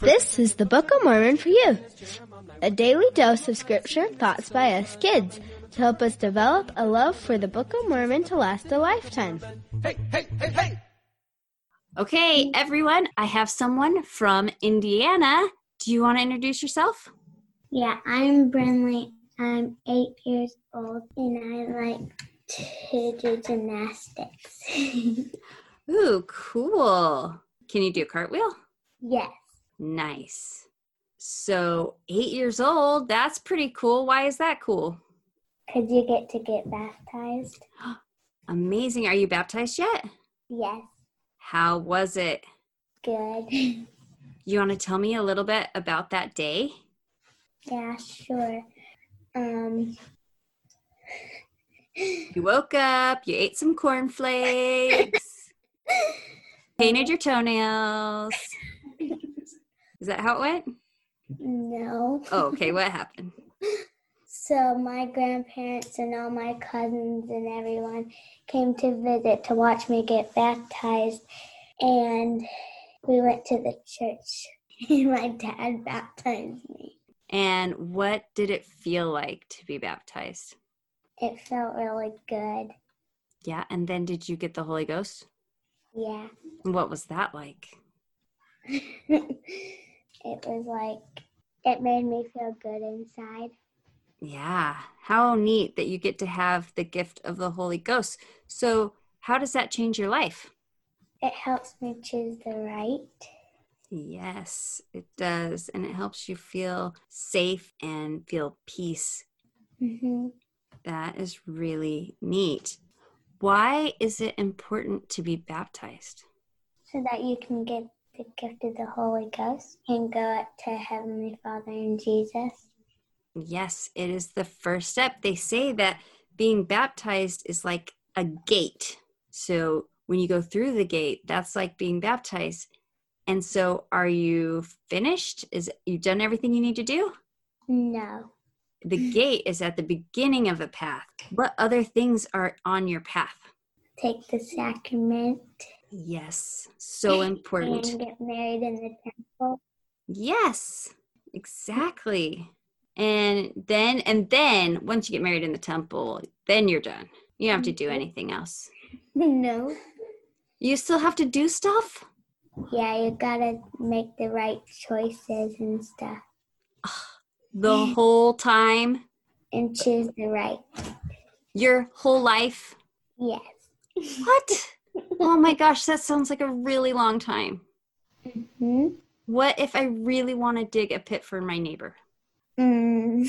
This is the Book of Mormon for you, a daily dose of scripture and thoughts by us kids to help us develop a love for the Book of Mormon to last a lifetime. Okay, everyone, I have someone from Indiana. Do you want to introduce yourself? Yeah, I'm Brinley. I'm eight years old and I like to do gymnastics. Ooh, cool. Can you do a cartwheel? yes. Nice. So, eight years old, that's pretty cool. Why is that cool? Could you get to get baptized? Amazing. Are you baptized yet? Yes. How was it? Good. You want to tell me a little bit about that day? yeah, sure. Um, You woke up, you ate some cornflakes, painted your toenails. Is that how it went? no. Oh, okay, what happened? So my grandparents and all my cousins and everyone came to visit to watch me get baptized and we went to the church and my dad baptized me. And what did it feel like to be baptized? It felt really good. Yeah, and then did you get the Holy Ghost? Yeah. And What was that like? it was like it made me feel good inside. Yeah, how neat that you get to have the gift of the Holy Ghost. So, how does that change your life? It helps me choose the right. Yes, it does. And it helps you feel safe and feel peace. hmm That is really neat. Why is it important to be baptized? So that you can get the gift of the Holy Ghost and go up to Heavenly Father and Jesus. Yes, it is the first step. They say that being baptized is like a gate. So when you go through the gate, that's like being baptized. And so are you finished? Is you done everything you need to do? No. The gate is at the beginning of the path. What other things are on your path? Take the sacrament Yes, so important. and get married in the temple. Yes, exactly. And then, and then once you get married in the temple, then you're done. You don't have to do anything else. No. You still have to do stuff? Yeah, you gotta make the right choices and stuff The whole time? and choose the right. Your whole life? Yes. What? Oh my gosh, that sounds like a really long time. Hmm? What if I really want to dig a pit for my neighbor? Mm.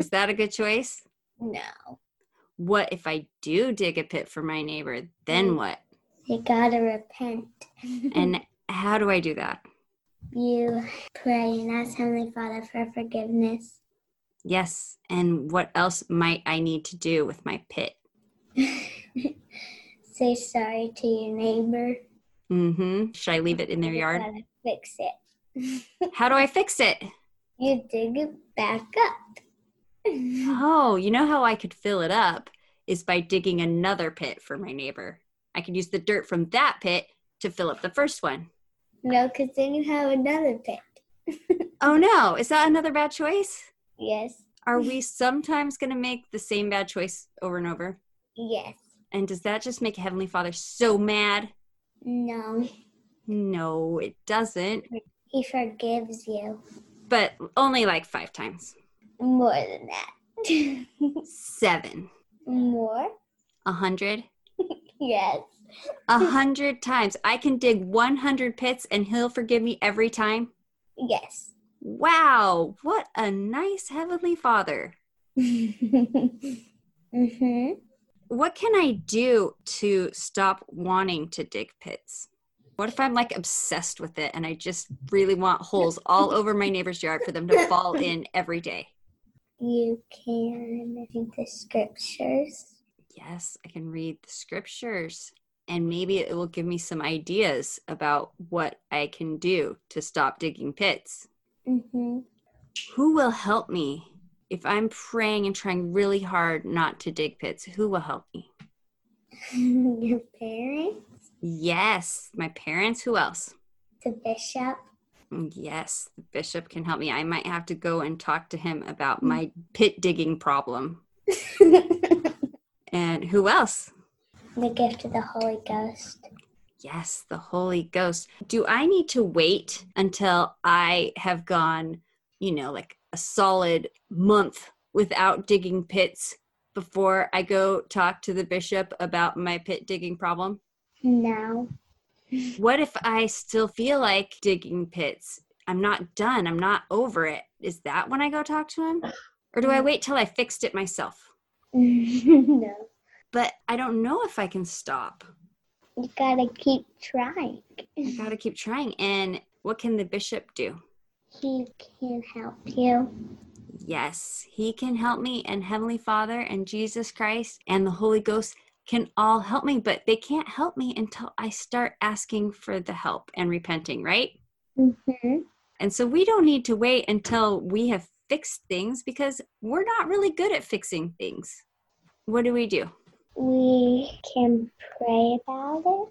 Is that a good choice? no. What if I do dig a pit for my neighbor? Then what? You gotta repent. And how do I do that? You pray and ask Heavenly Father for forgiveness. Yes. And what else might I need to do with my pit? Say sorry to your neighbor. Mm-hmm. Should I leave it in their You yard? gotta Fix it. How do I fix it? You dig it back up. Oh, you know how I could fill it up is by digging another pit for my neighbor. I could use the dirt from that pit to fill up the first one. no, because then you have another pit. Oh no, is that another bad choice? Yes. Are we sometimes going to make the same bad choice over and over? Yes. And does that just make Heavenly Father so mad? No. No, it doesn't, He forgives you but only like five times. more than that. Seven. more? A hundred. Yes. A hundred times. I can dig 100 pits and he'll forgive me every time. Yes. Wow, what a nice Heavenly Father. mm-hmm. What can I do to stop wanting to dig pits? What if I'm like obsessed with it and I just really want holes all over my neighbor's yard for them to fall in every day? You can read the scriptures. Yes, I can read the scriptures and maybe it will give me some ideas about what I can do to stop digging pits. Mm-hmm. Who will help me if I'm praying and trying really hard not to dig pits? Who will help me? Your parents? Yes, my parents. Who else? Mm, The bishop. Yes, the bishop can help me. I might have to go and talk to him about my pit digging problem. and who else? The gift of the Holy Ghost. Yes, the Holy Ghost. Do I need to wait until I have gone, you know, like a solid month without digging pits before I go talk to the bishop about my pit digging problem? No. What if I still feel like digging pits? I'm not done. I'm not over it. Is that when I go talk to him? Or do I wait till I fixed it myself? no. But I don't know if I can stop. You gotta keep trying. I gotta keep trying. And what can the bishop do? He can help you. Yes, he can help me, and Heavenly Father, and Jesus Christ, and the Holy Ghost can all help me, but they can't help me until I start asking for the help and repenting, right? hmm And so we don't need to wait until we have fixed things because we're not really good at fixing things. What do we do? We can pray about it.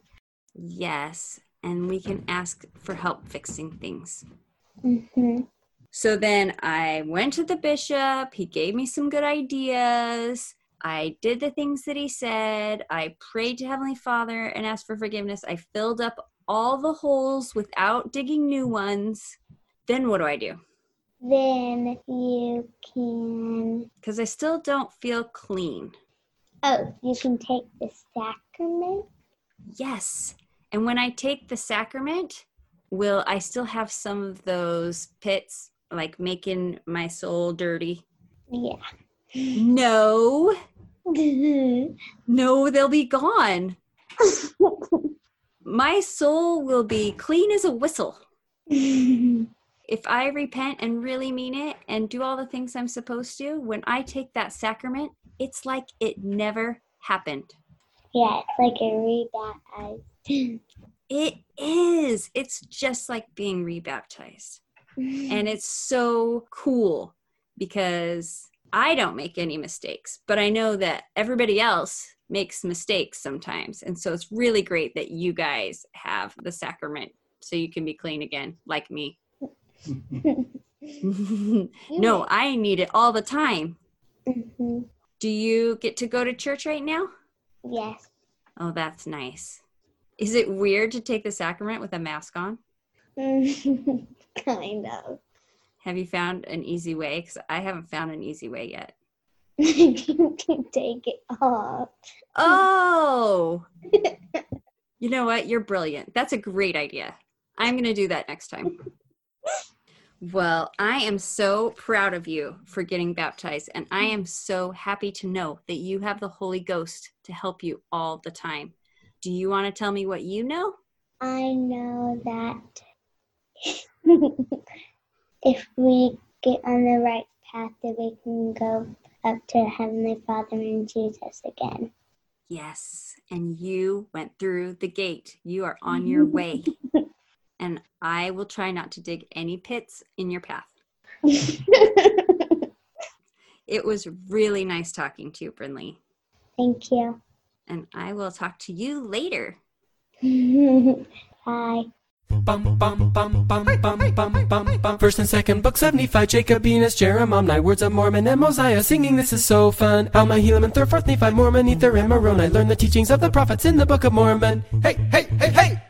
Yes, and we can ask for help fixing things. hmm So then I went to the bishop. He gave me some good ideas. I did the things that he said. I prayed to Heavenly Father and asked for forgiveness. I filled up all the holes without digging new ones. Then what do I do? Then you can. Because I still don't feel clean. Oh, you can take the sacrament. Yes. And when I take the sacrament, will I still have some of those pits like making my soul dirty? Yeah. No. No, they'll be gone. My soul will be clean as a whistle. If I repent and really mean it and do all the things I'm supposed to, when I take that sacrament, it's like it never happened. Yeah, it's like a rebaptized. It is. It's just like being rebaptized. And it's so cool because I don't make any mistakes, but I know that everybody else makes mistakes sometimes. And so it's really great that you guys have the sacrament so you can be clean again, like me. no, I need it all the time. hmm Do you get to go to church right now? Yes. Oh, that's nice. Is it weird to take the sacrament with a mask on? kind of. Have you found an easy way? Because I haven't found an easy way yet. you can take it off. Oh, you know what? You're brilliant. That's a great idea. I'm going to do that next time. Well, I am so proud of you for getting baptized, and I am so happy to know that you have the Holy Ghost to help you all the time. Do you want to tell me what you know? I know that if we get on the right path, that we can go up to Heavenly Father and Jesus again. Yes, and you went through the gate. You are on your way. and I will try not to dig any pits in your path. Thank It was really nice talking to you, Brinley. you. And I will talk to you later. Bye. Bum, bum, bum, bum, bum, bum, bum, bum. First and second books of Nephi, Jacob, Enos, Jeremiah, Words of Mormon, and Mosiah. Singing, this is so fun. Alma, Helaman, third, fourth Nephi, Mormon, Ether, and Moroni. Learn the teachings of the prophets in the Book of Mormon. Hey, hey, hey, hey!